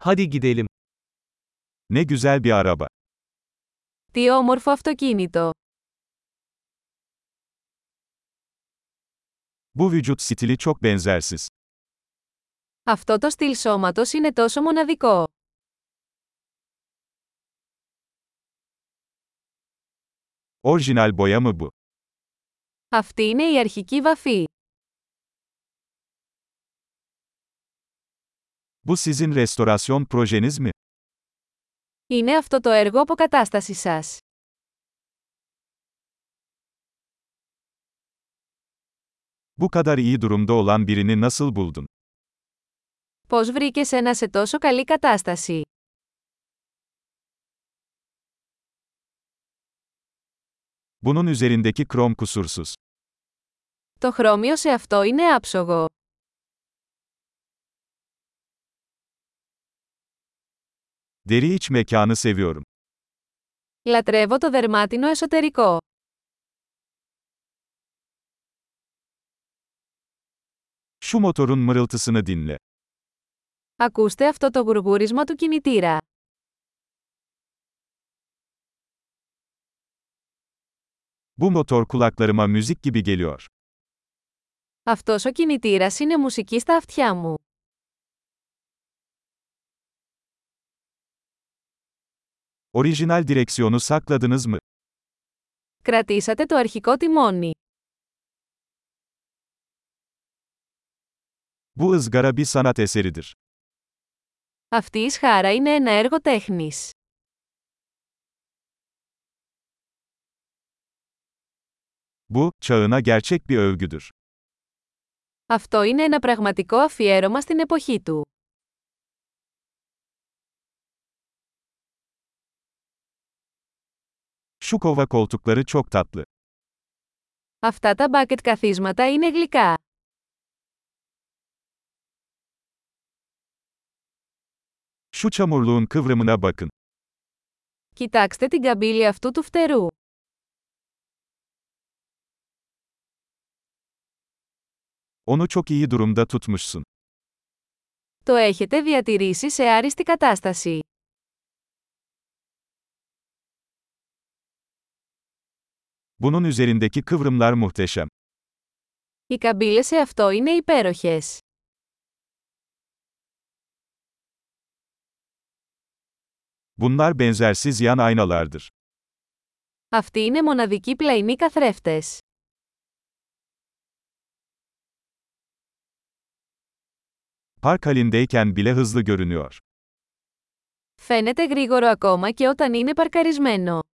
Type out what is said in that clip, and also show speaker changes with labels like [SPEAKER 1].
[SPEAKER 1] Hadi gidelim. Ne güzel bir araba.
[SPEAKER 2] Τι όμορφο αυτοκίνητο.
[SPEAKER 1] Bu vücut stili çok benzersiz.
[SPEAKER 2] Αυτό το στυλ σώματος είναι τόσο μοναδικό.
[SPEAKER 1] Orijinal boya mı bu?
[SPEAKER 2] Αυτή είναι η αρχική βαφή.
[SPEAKER 1] Bu sizin restorasyon projeniz mi?
[SPEAKER 2] Είναι αυτό το έργο αποκατάστασης σας.
[SPEAKER 1] Bu kadar iyi durumda olan birini nasıl buldun?
[SPEAKER 2] Πώς βρήκες ένα σε τόσο καλή κατάσταση.
[SPEAKER 1] Bunun üzerindeki krom kusursuz.
[SPEAKER 2] Το χρώμιο σε αυτό είναι άψογο.
[SPEAKER 1] Deri iç mekanı seviyorum.
[SPEAKER 2] Λατρεύω το δερμάτινο εσωτερικό.
[SPEAKER 1] Şu motorun mırıltısını dinle.
[SPEAKER 2] Ακούστε αυτό το γουργούρισμα του κινητήρα.
[SPEAKER 1] Bu motor kulaklarıma müzik gibi geliyor.
[SPEAKER 2] Αυτός ο κινητήρας είναι μουσική στα αυτιά μου.
[SPEAKER 1] Orijinal direksiyonu sakladınız mı?
[SPEAKER 2] Κρατήσατε το αρχικό τιμόνι.
[SPEAKER 1] Bu ızgara bir sanat eseridir.
[SPEAKER 2] Αυτή η σχάρα είναι ένα έργο τέχνης.
[SPEAKER 1] Bu, çağına gerçek bir övgüdür.
[SPEAKER 2] Αυτό είναι ένα πραγματικό αφιέρωμα στην εποχή του.
[SPEAKER 1] Şu kova koltukları çok tatlı.
[SPEAKER 2] Αυτά τα μπάκετ καθίσματα είναι γλυκά.
[SPEAKER 1] Şu çamurluğun kıvrımına bakın.
[SPEAKER 2] Κοιτάξτε την καμπύλη αυτού του φτερού.
[SPEAKER 1] Onu çok iyi durumda tutmuşsun.
[SPEAKER 2] Το έχετε διατηρήσει σε άριστη κατάσταση.
[SPEAKER 1] Bunun üzerindeki kıvrımlar muhteşem.
[SPEAKER 2] Οι καμπύλες σε αυτό είναι υπέροχες.
[SPEAKER 1] Bunlar benzersiz yan aynalardır.
[SPEAKER 2] Αυτοί είναι μοναδικοί πλαϊνοί καθρέφτες.
[SPEAKER 1] Park halindeyken bile hızlı görünüyor.
[SPEAKER 2] Φαίνεται γρήγορο ακόμα και όταν είναι παρκαρισμένο.